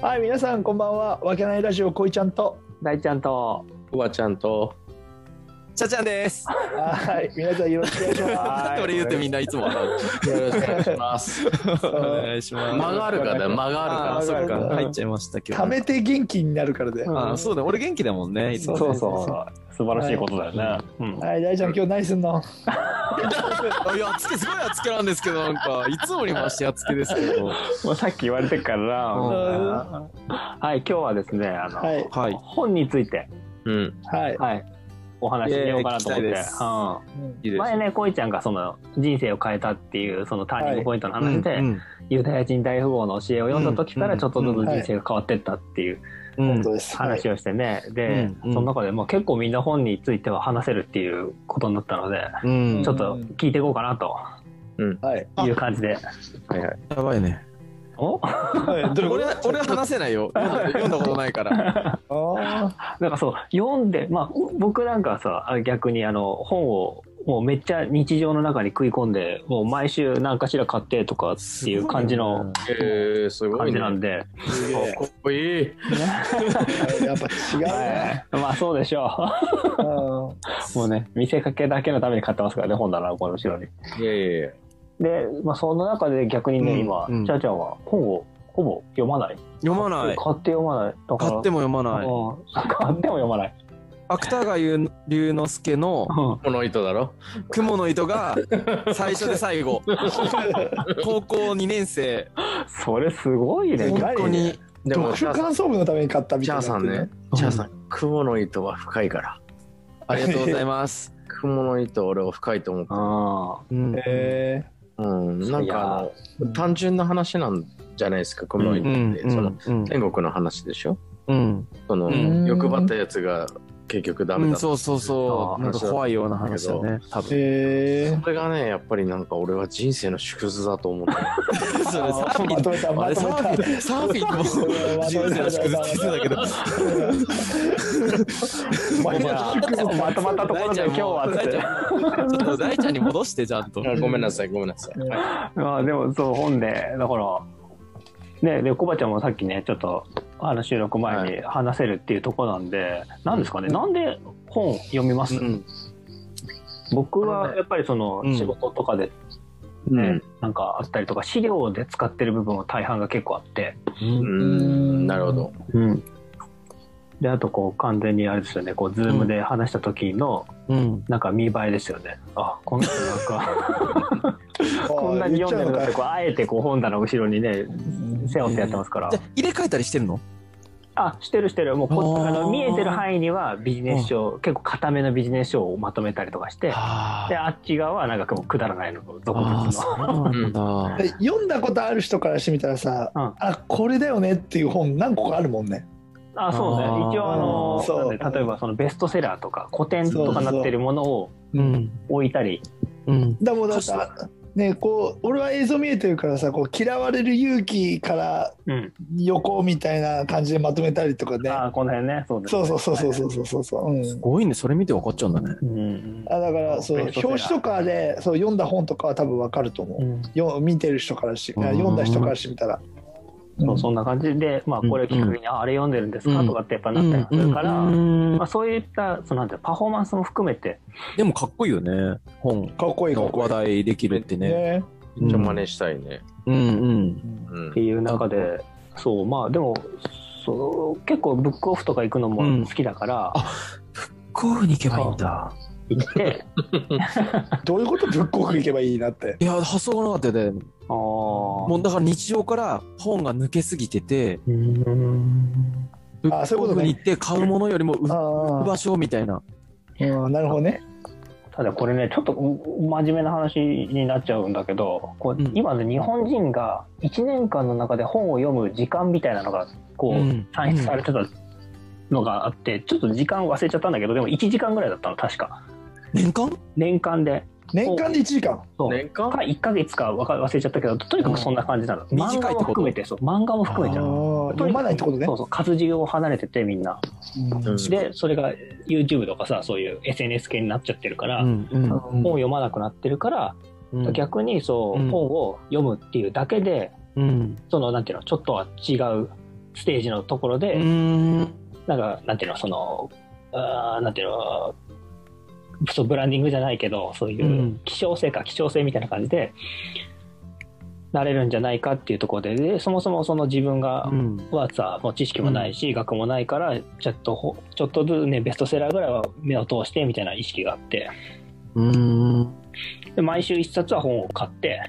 はい、皆さん、こんばんは。わけないラジオ、こいちゃんと。大ちゃんとおばちゃんとちゃちゃんです。はい、皆さん、よろしくお願いします。なんで俺言うとみんないつも笑う。よろしくお願いします。お願いしま す。間があるからだよ、間があるあー、かそら。うか。うん入っちゃいました今た日。めて元気になるからで。うんはあー、そうだ。俺元気だもんね。いつもねそうそう素晴らしいことだよね、うんい、大ちゃん、今日何すんの。あいや、つけ、すごいやっつけなんですけど、なんか、いつもにましてやっつけですけど。もうさっき言われてっからな、うんははい今日はですねあの、い、はい。本について、うん、はい、はい、お話ししようかなと思っイエーイ聞てきたいで、すうんいういん、です。前ねこいちゃんがその人生を変えたっていうそのターニングポイントのう話んで、ユダヤ人大富豪の教えを読んだ時からちょっとずつ人生が変わってったっていううん本当です。はい話をしてね、で、うんうんその中で、まあ、結構みんな本については話せるっていうことになったので、うんちょっと聞いていこうかなとはい、いう感じで。はいはい。やばいね。おはい、ど俺、俺は話せないよ。読んだことないから。あなんかそう読んで、まあ、僕なんかはさあ逆にあの本をもうめっちゃ日常の中に食い込んでもう毎週何かしら買ってとかっていう感じのえー、すご感いじね。なんで、ーすげえかっこいい。はいやっぱ違うね。はいまあそうでしょうんう もうね見せかけだけのために買ってますからね本棚のこの後ろにいやいやいや。で、まあ、その中で逆にね、うん今、うんちゃーちゃんは本をほぼ読まない、読まない。買って読まないだから買っても読まない。も 買っても読まない、芥川龍之介のこの糸だろ。雲の糸が最初で最 後。高校2年生。それすごいねすごいここに。でも、読チ書ャーさん、感想文のために買ったみチたいャーな。さんね。、チャーさん、雲の糸は深いから。ありがとうございます。雲の糸、俺は深いと思う。あうんえうん、なんかあーの、単純な話なんじゃないですか、雲の糸って。その、うん天国の話でしょうんそのうん、欲張ったやつが結局ダうメだんった。そうそうそうなんか怖いような話だね多分えーそれがね、やっぱりなんか俺は人生の縮図だと思って。それサーフィまンとめた、あまれ サとめーたフ。ィンサーフィンも 人生の縮図って言ってたけどお前まとまったところで今日はっ大ちてゃんもちょっと大ちゃんに戻してちゃんと あごめんなさい、ごめんなさい。はまあでもそう本でだからねでコバちゃんもさっきねちょっとあの収録前に話せるっていうとこなんで、なんですかねなんで本読みます、うん僕はやっぱりそのうん仕事とかで、ねい。なんかあったりとか資料で使ってる部分は大半が結構あって、うん。うんなるほど。であとこう完全にあれですよねこうズームで話した時のうんなんか見栄えですよね、あこの人なんかこんなに読んでるのってか。こうあえてこう本棚の後ろにね背負ってやってますからじゃ、あ入れ替えたりしてるのあしてるしてるもうこあーあの見えてる範囲にはビジネス書、結構固めのビジネス書をまとめたりとかしてあであっち側はなんかもうくだらないのをどこあにすそうなんだで読んだことある人からしてみたらさ、うんあこれだよねっていう本何個かあるもんね。 あそうねあー一応あのそうなんで例えばそのベストセラーとか古典とかなってるものをうん置いたりうんだもうだからねこう俺は映像見えてるからさこう嫌われる勇気からうん、横みたいな感じでまとめたりとかね。あーこの辺ねそうですそうそうそうそうそうそうそう。うんすごいねそれ見て分かっちゃうんだねうんあだからそうベスト表セ紙ラーとかでそう読んだ本とかは多分わかると思うう。んよ見てる人からしうん読んだ人からしてみたら。そうそんな感じで、まあ、これをきっかけに、ああれ読んでるんですかうんとかってやっぱなったりするから、うんまあ、そういったそのなんていうのパフォーマンスも含めてでもかっこいいよね本かっこいいかっのこい話い。題できるってねね。めっちゃ真似したいね。うんううんんうんっていう中でそうまあでもそう結構ブックオフとか行くのも好きだから、こういうふうにいけばいいんだ行 ってどういうことぶっこくいけばいいなって。いや発想がなかったよねああもうだから日常から本が抜けすぎててうーんブあそういうこッとクねに行って買うものよりも売あるあ場所みたいなうんなるほどね。ただこれねちょっとう真面目な話になっちゃうんだけどこう、うん今ね日本人が1年間の中で本を読む時間みたいなのがこう算出されてたのがあって、ちょっと時間忘れちゃったんだけどでも1時間ぐらいだったの確か年間年間で年間で1時間。そう年間か1か月かわか忘れちゃったけどとにかくそんな感じなの、うん漫短画いっもてこと含めてそう漫画も含めてあなのー読まないってことねそ。うそう活字を離れててみんなうんうんでそれが YouTube とかさそういう SNS 系になっちゃってるから、うんうん本を読まなくなってるから、うん逆にそう、うん本を読むっていうだけでうんそのなんていうのちょっとは違うステージのところで、ん。なんか、なんていうの、その、あーなんていうの、そうブランディングじゃないけど、そういううん希少性か、希少性みたいな感じで、なれるんじゃないかっていうところで、でそもそもその自分が、うん。はさ、もう知識もないし、学もないから、ちょっとほ、ちょっとずつね、ベストセラーぐらいは目を通してみたいな意識があって、うん。で毎週一冊は本を買って、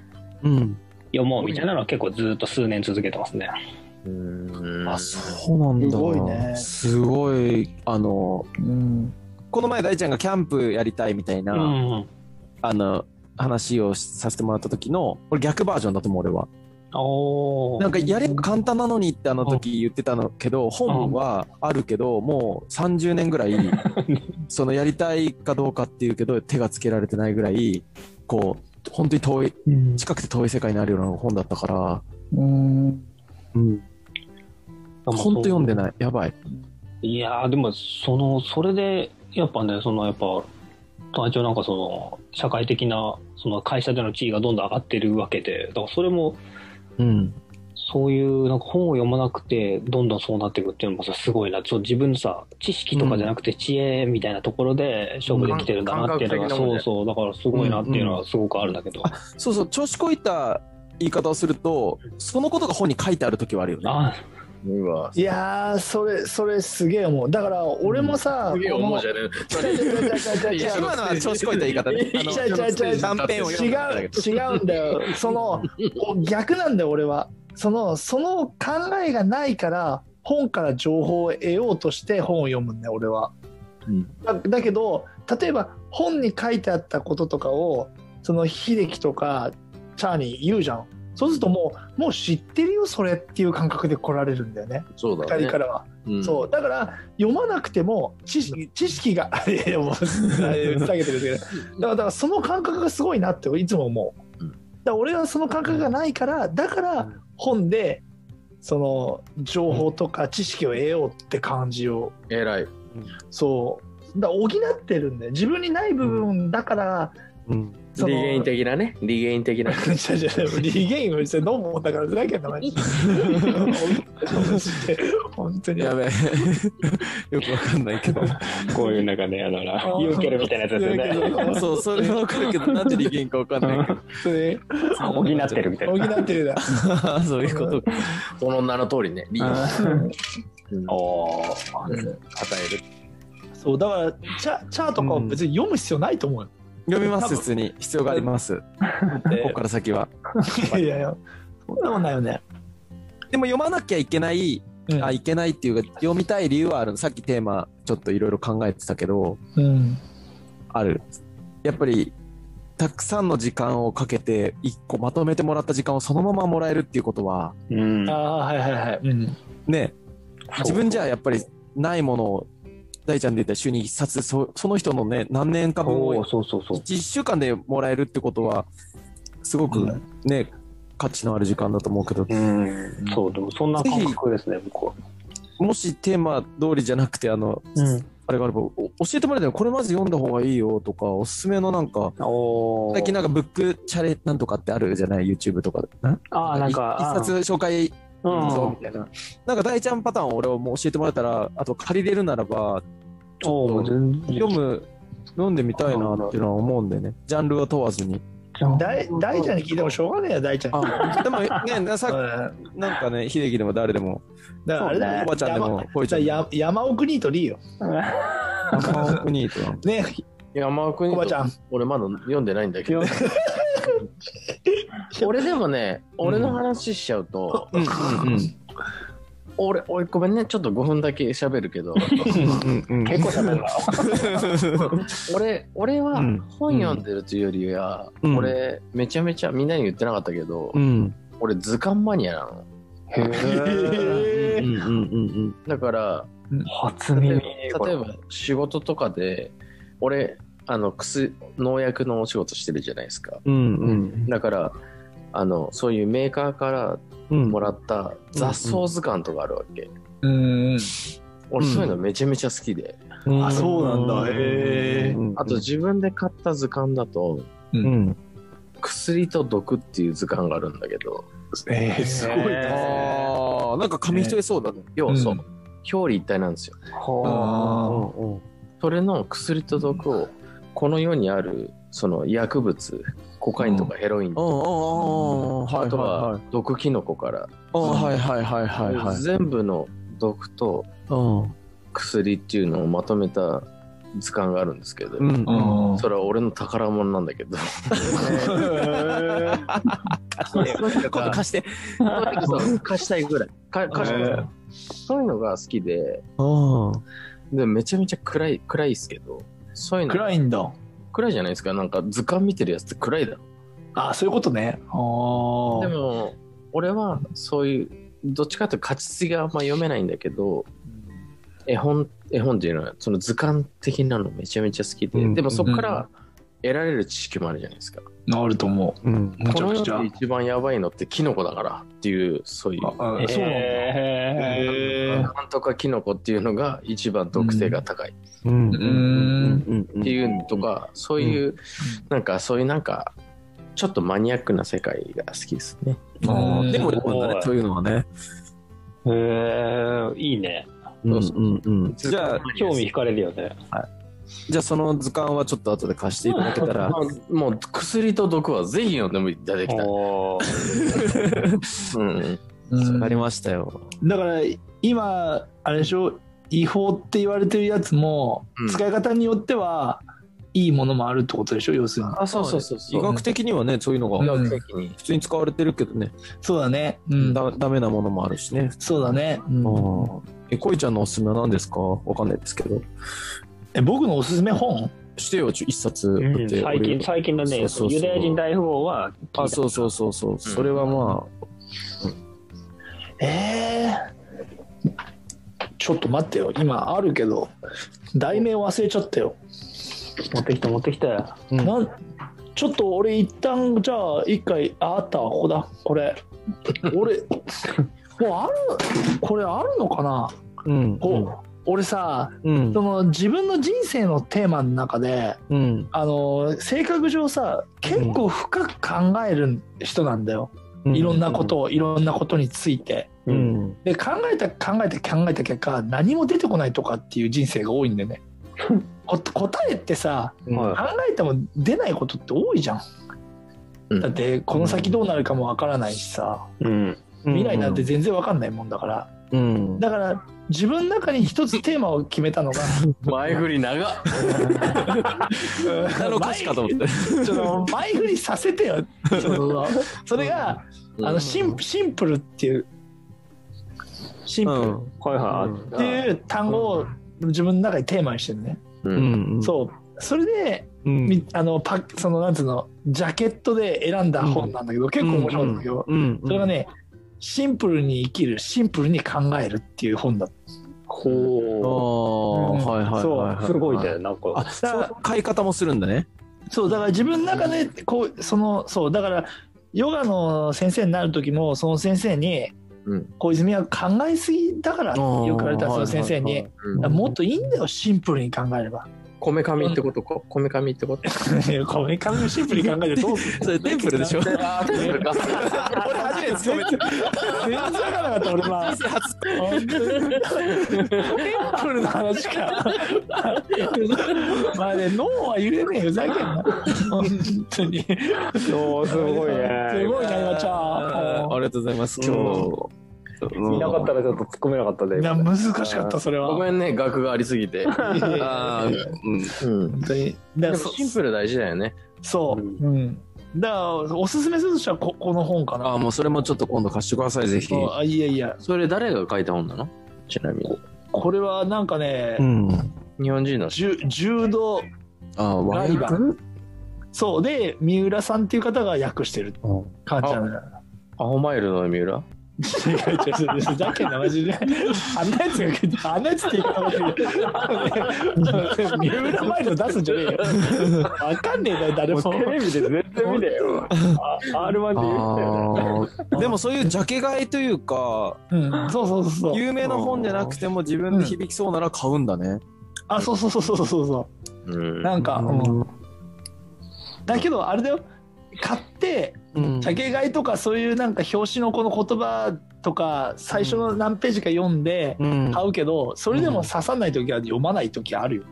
うん。読もうみたいなのは結構ずーっと数年続けてますね。うんあ、そうなんだ。すごいねすごい、あの、うんこの前大ちゃんがキャンプやりたいみたいな、うん。あの、話をさせてもらった時の、俺逆バージョンだと思う、俺は。おーなんかやれば簡単なのにってあの時言ってたのけど、本はあるけど、もう30年ぐらい、そのやりたいかどうかっていうけど、手がつけられてないぐらい、こう、本当に遠い、うん近くて遠い世界にあるような本だったから、うんうん、本当読んでない。やばい。いやーでもそのそれでやっぱねそのやっぱ隊長なんかその社会的なその会社での地位がどんどん上がってるわけでだからそれもうん。そういうなんか本を読まなくてどんどんそうなっていくっていうのもさすごいなそう自分のさ知識とかじゃなくて知恵みたいなところで勝負できてるんだなっていうのが、うん感覚的なもんそうそねうだからすごいなっていうのはすごくあるんだけど、そうそう、調子こいた言い方をすると、そのことが本に書いてある時はあるよね。あうわいやーそれそれすげえ思うだから俺もさ、すげえこの思うじゃねちゃちゃちゃちゃ いちやゃ今のは調子こいた言い 方ね。あのいやいやいやいや断片を読んだだ違けう違うんだよそのお逆なんだよ俺はそのその考えがないから本から情報を得ようとして本を読むんだよ俺は、うんだだけど例えば本に書いてあったこととかをその秀樹とかチャーに言うじゃんそうするともうもう知ってるよそれっていう感覚で来られるんだよねそうだ2ね人からは、うんそうだから読まなくても知識知識が いやいやもう下げてるんですけどだからだからその感覚がすごいなっていつも思う、うんだから俺はその感覚がないからだから本でその情報とか知識を得ようって感じを偉いそうだから補ってるんだよ自分にない部分だから、うん。そのリゲイ ン的なねリゲイン的な違う違うリゲインをして飲むもんだからふざけんなマジで 本当にやべえ。 よくわかんないけど。 こういうなんかねあのなユーケルみたいなやつですよねそう、それはわかるけど、なんで利権かわかんないけど。それ 補ってるみたい補なってるだ そういうことか。その名の通りねリゲインうん与 おーえる そうだからチャチャーとかは別に読む必要ないと思うよ、読みます、普通に。必要があります。ここから先は。いやいやそんなもんないよね、でも読まなきゃいけない、うんあ、いけないっていうか、読みたい理由はある。さっきテーマ、ちょっといろいろ考えてたけど、うんある。やっぱり、たくさんの時間をかけて、一個まとめてもらった時間をそのままもらえるっていうことは、うんああはいはいはい、うん、ね、自分じゃやっぱりないものを、大ちゃんで言ったら週に一冊、そその人のね、何年か分をそうそうそうそう1週間でもらえるってことはすごくね、価値のある時間だと思うけどうん、そう、でもそんな感覚ですね、僕は。もしテーマ通りじゃなくてあの、うん。あれがあればお教えてもらえたらこれまず読んだ方がいいよとかおすすめのなんかおー最近なんかブックチャレなんとかってあるじゃない YouTube とかでんああ、なんか、一一冊紹介うそうんみ。たいななんか大ちゃんパターンを俺はもう教えてもらえたらあと借りれるならばおー全然読む読んでみたいなっていうのは思うんでねジャンルは問わずに大大ちゃんに聞いてもしょうがねえよ大ちゃんにあでもねなう さんなんかね秀樹でも誰でもだからあれだよおばちゃんでも、ぽいちゃんでも、山山奥ニートリーよ山奥にいとは。ね山尾君おばちゃん俺まだ読んでないんだけどよ 俺でもね俺の話しちゃうと、うんうん俺俺ごめんねちょっと5分だけ喋るけ どうんうん。結構喋るな。俺俺はうん本読んでるというよりは、うん俺めちゃめちゃみんなに言ってなかったけど、うん俺図鑑マニアなのうんうんへえうんだから初例え耳。ば例えば仕事とかで俺あの薬農薬のお仕事してるじゃないですかうんうんだからあのそういうメーカーからうん。もらった雑草図鑑とかあるわけ、うん俺そういうのめちゃめちゃ好きで、うんあそうなんだへえうんあと自分で買った図鑑だとうん。薬と毒っていう図鑑があるんだけどえーすごいあねああ、なんか紙一重そうだね。要はそう、うん表裏一体なんですよほああうんうんそれの薬と毒をこの世にあるその薬物コカインとかヘロインうとんうんうんうんか、はいあとはいははい毒キノコから、うんはいはいはいはいはい。全部の毒とう薬っていうのをまとめた図鑑があるんですけど、ん。うん。うんそれは俺の宝物なんだけどそう いうの今度が貸して。そう貸したいぐらいか貸したいへーそういうのが好きでうん。でめちゃめちゃ暗い暗いですけどそういう の暗いんだ暗いじゃないですかなんか図鑑見てるやつって暗いだろあそういうことねあでーも俺はそういうどっちかというと勝ち筋があんま読めないんだけど絵本絵本っていうのはその図鑑的なのめちゃめちゃ好きで、うんでもそこから得られる知識もあるじゃないですか、なると思うん。うむこちゃのく世ちゃで一番やばいのってキノコだからっていうそういうああえそうなんだえへなんとかキノコっていうのが一番毒性が高いうん。ううん。うんっていうのとか、そういう、なんかそういうなんかちょっとマニアックな世界が好きですねあうーんでも、ね、そういうのはね。へえいいねうんうんうん。じゃあ、興味惹かれるよねじゃあその図鑑はちょっと後で貸していただけたらま。あもう薬と毒はぜひ読んでもいただきたい、おーうん、うんわかりましたよ。だから今あれでしょ違法って言われてるやつも、うん使い方によってはいいものもあるってことでしょ要するにあそうそうそうそう医学的にはね、そういうのうんが医学的に普通に使われてるけどね、そうだねうんだダメなものもあるしね。そうだね、うんえ、こいちゃんのおすすめは何ですかわかんないですけど。え僕のおすすめ本してよ、ちょ一冊うんだって俺最近最近のねそうそうそうユダヤ人大富豪は聞いたあ、そうそうそうそう。それはまええちょっと待ってよ今あるけど題名忘れちゃったよ、持ってきた持ってきたようんなんちょっと俺一旦じゃあ一回ああったわここだこれ 俺もうあるこれあるのかなあ、うん。こう俺さうんそ。の自分の人生のテーマの中でうん。あの性格上さ結構深く考える人なんだよ、いろんなことをいろんなことについてううんん。で考えた考えた考えた結果何も出てこないとかっていう人生が多いん でねこ答えってさうん。はい考えても出ないことって多いじゃん、うんだってこの先どうなるかもわからないしさうん未来なんて全然わかんないもんだからうん。だから自分の中に一つテーマを決めたのが前振り長っなの歌詞かと思って。ちょっと前振りさせてよそれが、うんあのシンプシンプルっていうシンうプルっん。はいはいていう単語を自分の中にテーマにしてるね、ううんん。そうそれで、うん。みあのパそのなんつうのジャケットで選んだ本なんだけど、結構面白いんだけど、うん。それがねシンプルに生きるシンプルに考えるっていう本だったあほあ、うんはいはいはいはうい。すごいねなんかあ、そう、買い方もするんだね。そうだから自分の中でこうそのそうだからヨガの先生になる時もその先生にうん「小泉は考えすぎだから」ってよく言われたその先生に「だかうんらもっといいんだよシンプルに考えれば」 こめかみってことかこめかみってことこれ考えシンプルに考えてどうする それテンプルでしょ あテンプルか俺初めて全然全然わからなかった俺まあ初本当にテンプルの話か まあね脳は揺れねえふざけんな本当にそうす すごいねごいな今ちゃ あんりがとうございます、今日。いなかったらちょっと突っ込めなかったでいや難しかったそれはごめんね額がありすぎて、ああ、うん。うん、本当にだでからそもシンプル大事だよねそう、うん、だからおすすめするとしたらここの本かあなあ、もうそれもちょっと今度貸してください、ぜひ。あいやいやそれ誰が書いた本なのちなみにこれはなんかね、ん。日本人のじゅ柔道ああ、ラワイイババールそうで三浦さんっていう方が訳してる感じなのよアホマイルの三浦違う違う違うふざけんなマジであんなやつがあんなやつって言い方もする三浦マイルド出すんじゃねえよわかんねえだよ誰もテレビで絶対見てよ R1 で言ってたよねでもそういうジャケ買いというかうん、そうそうそうそう有名な本じゃなくても自分で響きそうなら買うんだね。あそうそうそうそうそうそううんなんか、うんうんだけどあれだよ買ってうんジャケ買いとかそういうなんか表紙のこの言葉とか最初の何ページか読んでうん買うけど、それでも刺さない時は読まない時あるよ。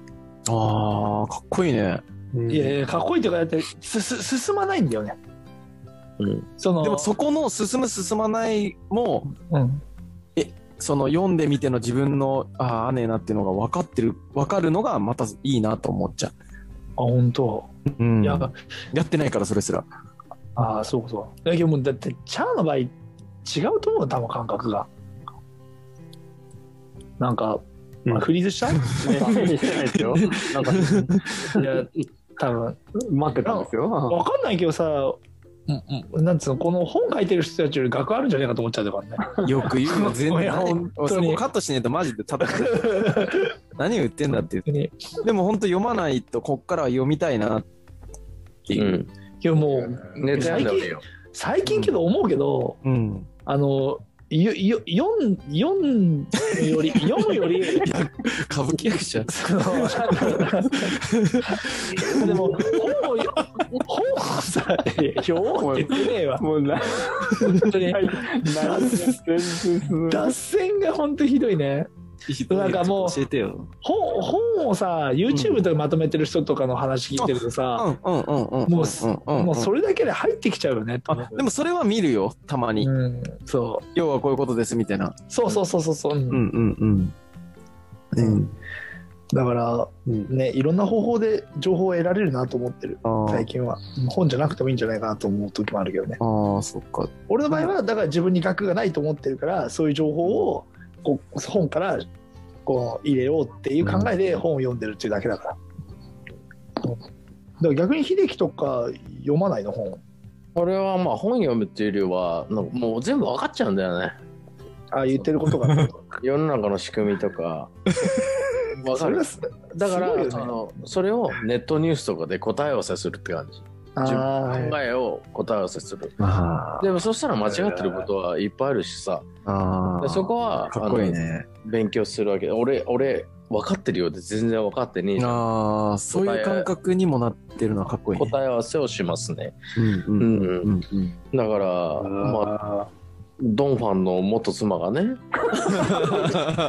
ああ、かっこいいね。いやいやかっこいいとかだってすす進まないんだよね。うんそのでもそこの進む進まないも、うんその読んでみての自分の、ああ、あねえなっていうのが分かってる、分かるのがまたいいなと思っちゃあ本当。う。うん。いややってないから、それすら。ああそうそう。だけどもうだってチャーの場合違うと思うよ多分感覚が。なんか、うんあフリーズした？整理してないですよ。なんか、いや多分待ってたんですよ。わかんないけどさ。なんつうのこの本書いてる人たちより学あるんじゃないかと思っちゃうとかね。よく言うの、 全いや本然。当にそこカットしねえとマジでただ何言ってんだっていう別にでも本当読まないとこっからは読みたいなってういう。んいやもうねなんだろうよ最近けど思うけど、うん。あのよよ読ん読んより読むより歌舞伎役者。そのなんかでも本をよ本をさ「いやよ」って言ってねえわもうな、本当に全然進む脱線が本当ひどいねなんかもう教えてよ。本本をさ YouTube でまとめてる人とかの話聞いてるとうさ、んうんうもうんうん。うんうんうんもうそれだけで入ってきちゃうよねって思うあでもそれは見るよ、たまに。うん、そ要はこういうことですみたいな。うそうそうそうそうそう、うんうんうんうん。うん。だからうんねいろんな方法で情報を得られるなと思ってるあー最近は本じゃなくてもいいんじゃないかなと思う時もあるけどねあー、そっか。俺の場合はだから自分に学がないと思ってるからそういう情報をこう本からこう入れようっていう考えで本を読んでるっていうだけだから、うんだから逆に秀樹とか読まないの本これはまあ本読むっていうよりはなんかもう全部分かっちゃうんだよねああ言ってることが世の中の仕組みと か分かそれるがすだから、すごいよねあのそれをネットニュースとかで答え合わせするって感じあーはい考えを答え合わせするあでもそしたら間違ってることはいっぱいあるしさあでそこはかっこいいね。あの勉強するわけで俺俺分かってるようで全然分かってねえじゃんああ、そういう感覚にもなってるのはかっこいいね。答え合わせをしますねうんううんんううんん うん。だからまああドンファンの元妻がね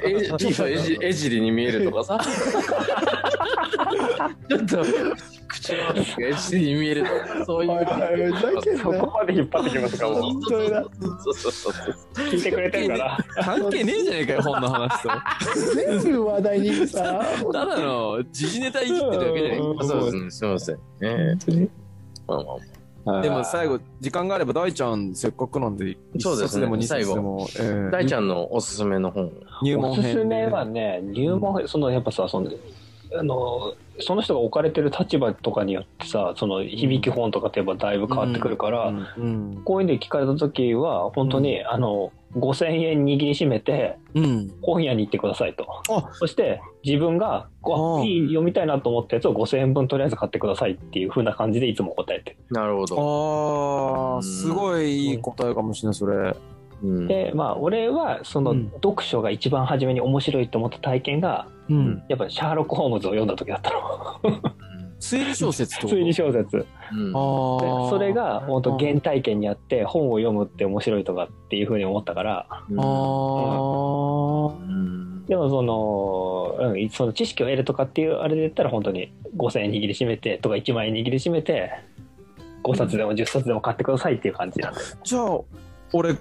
えちょ っとえじえじりに見えるとか さちょっと口の中がえじりに見えるとかそういうおいおいふざけんなそこまで引っ張ってきますか、もう。本当だそうそうそうそう 聞いてくれてるから。関係ねえじゃねえかよ、本の話と。ー全部話題にさただの時事ネタいじってるだけじゃねえかうんそうですねすみませんね本当に まあまあでも最後、時間があれば大ちゃん、せっかくなんで、そうですね一冊でも二冊でも、えー大ちゃんのおすすめの本入門お編すですめはね、入門編、そのやっぱさ、その、あの、その人が置かれてる立場とかによってさ、その響き本とかってやっぱだいぶ変わってくるから、うんうんこういうの聞かれた時は、本当に、あの、5000円握りしめて、うん本屋に行ってくださいとあ。そして、自分が、こあういい読みたいなと思ったやつを5000円分とりあえず買ってくださいっていう風な感じでいつも答えてる。なるほどああ、すごいいい答えかもしれない、それ。うんで、まあ、俺は、そのうん、読書が一番初めに面白いと思った体験が、うん。やっぱシャーロック・ホームズを読んだ時だったの。推理小説ってこと推理小説。うんでああ。それ、が本当原体験にあって本を読むって面白いとかっていうふうに思ったからああ。うんでもその,、うん、その知識を得るとかっていうあれで言ったら本当に5,000円握りしめてとか1万円握りしめて5冊でも10冊でも買ってくださいっていう感じなんです、じゃあ、俺、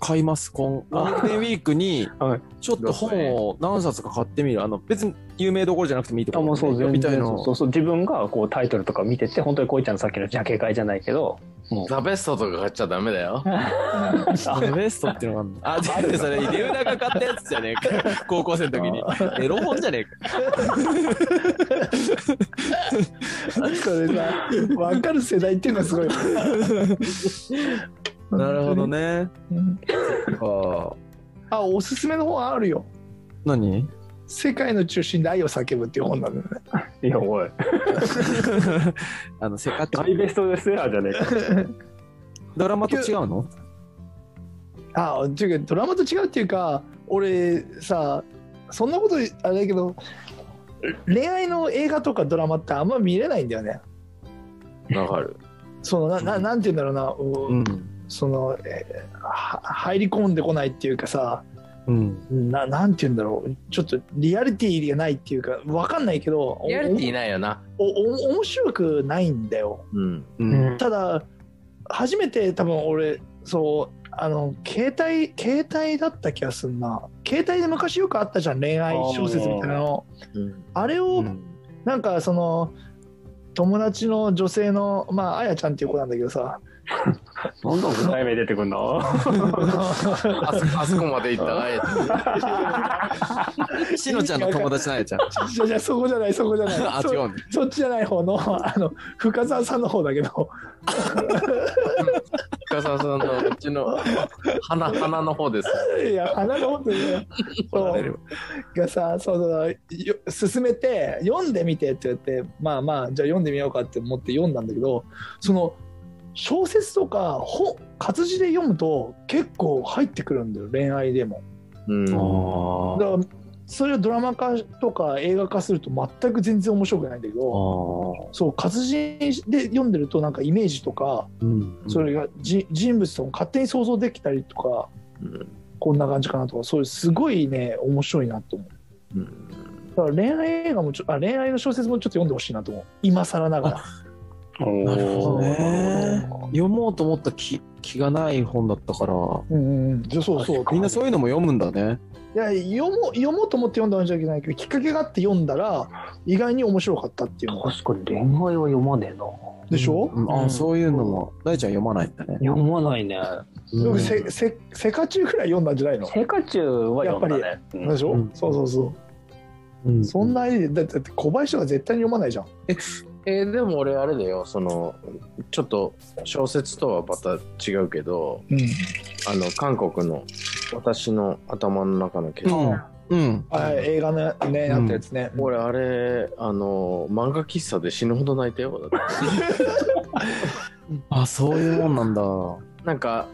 買います、今ゴールデンウィークにはい、ちょっと本を何冊か買ってみる。あの、別に有名どころじゃなくてもいいってことね読みたいのそう。そう自分がこうタイトルとか見てて本当にこういちゃんのさっきのジャケ買いじゃないけどザベストとか買っちゃダメだよ。あベストっていうのがあるの あ、でもそれ、レウナが買ったやつじゃねえ か。高校生の時に。エロ本じゃねえ か。それさ分かる世代っていうのはすごいね。うんああおすすめの本あるよ何「世界の中心で愛を叫ぶ」っていう本なんだよねいやおい あの、せか大ベストセラーじゃねえかドラマと違うのあっていうかドラマと違うっていうか俺さそんなことあれだけど恋愛の映画とかドラマってあんま見れないんだよねわかる。そのなななんて言うんだろうな、ううん。その、えーは入り込んでこないっていうかさうん。ななんて言うんだろうちょっとリアリティがないっていうかわかんないけどおリアリティないよな。おお面白くないんだようん。うん。ただ初めて多分俺そうあの携帯携帯だった気がすんな携帯で昔よくあったじゃん恋愛小説みたいなのうん。あれをなんかその友達の女性のまああやちゃんっていう子なんだけど さどんどん具体名出てくんのあそこあそこまで行った。あえてしのちゃんの友達なんやちゃん。じゃじゃそこじゃないそこじゃ ない あ、そ違うね。そっちじゃない方のあの深澤さんの方だけど深澤さんのうちの鼻鼻の方です。いや花の方ってね怒らそれうるがさそうそうよ勧めて読んでみてって言ってまあまあじゃあ読んでみようかって思って読んだんだけどその小説とか本活字で読むと結構入ってくるんだよ恋愛でも。うん。あだからそれをドラマ化とか映画化すると全く全然面白くないんだけどあ。そう活字で読んでるとなんかイメージとかうん。それがじ人物とも勝手に想像できたりとかうんこんな感じかなとかそういうすごいね面白いなと思う。うんだから恋愛映画もちょあ恋愛の小説もちょっと読んでほしいなと思う今更ながらなるほどどねね。読もうと思った気気がない本だったから、うんうんうんじゃそうそうみんなそういうのも読むんだね。いや読もう読もうと思って読んだんじゃいけないけどきっかけがあって読んだら意外に面白かったっていうのが確かに恋愛は読まねえな。でしょ、うんあーそういうのも、大ちゃん読まないんだね。読まないね。ようんくせせセカチュウくらい読んだんじゃないの生活中は読んだね。うんでしょ、うんそうそうそう、うんそんなアイデアだってだって小林とか絶対に読まないじゃんえーでも俺あれだよそのちょっと小説とはまた違うけどうんあの韓国の私の頭の中の結うんうん。あ映画のねうんあったやつね、俺あれあの漫画喫茶で死ぬほど泣いたよ だってあ、そういうもんなんだ。なんか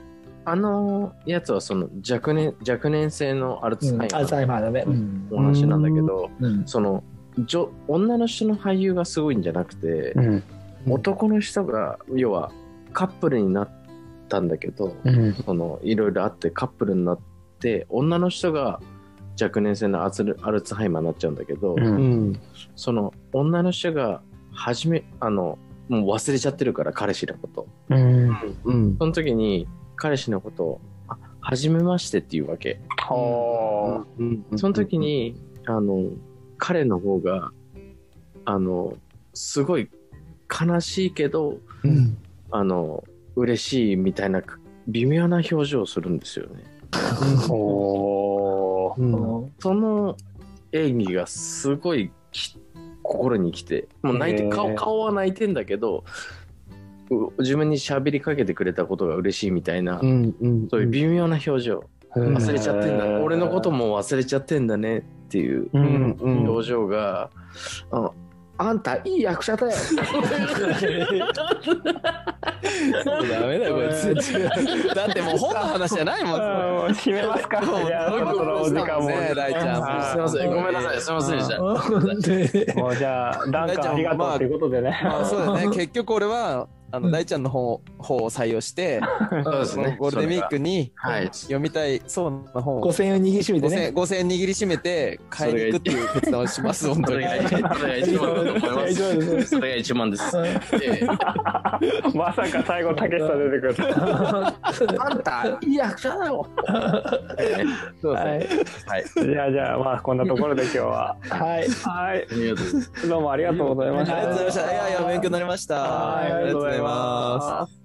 あのやつはその若年若年性のアルツうんハイマアルツーハイマーだね、うんのお話なんだけど、うんその女女の人の俳優がすごいんじゃなくて、うん。男の人が要はカップルになったんだけど、うん。そのいろいろあってカップルになって女の人が若年性のアツルアルツハイマーになっちゃうんだけど、うんうん。その女の人が初めあのもう忘れちゃってるから彼氏のことうん。うん。その時に彼氏のことを「あ初めまして」って言うわけはうんその時、にあの彼の方があのすごい悲しいけどうんあの嬉しいみたいな微妙な表情をするんですよねあ。おー。うんその演技がすごいき心にきてもう泣いへてー顔顔は泣いてんだけどう自分に喋りかけてくれたことが嬉しいみたいな、うんうん、そういう微妙な表情うん忘れちゃってんだ、へー俺のことも忘れちゃってんだねっていうううんん。うん表情が、ああんたいい役者だよダメだよこれ全然 だってもう本の話じゃないもんそあー閉めますか。そうじゃあ、そういうことそろそろお時間も。ね大ちゃんはすいませんごめんなさいすいませんでしたうん で もうじゃあ、ダンカンありがとうということでね。れまあそうだね結局俺はあのうん大ちゃんの本を本を採用して、そうですそのねゴールデンウィークにはい読みたいそうな本を5000円握りしめてね5000 5000円握りしめて買いに行くっていう決断をします本そ当 れにが一それが一番だと思い大丈夫まですそれが一番 ですうんええまさか最後、たけしさん出てくるとは。 あんた、いい役者だよ。そうですね。はいはい。じゃあ、じゃあ、まあ、こんなところで今日は。はいはい。ありがとうございます。 どうもありがとうございましありがとうございましたいやいや勉強になりましたはいありがとうございますた。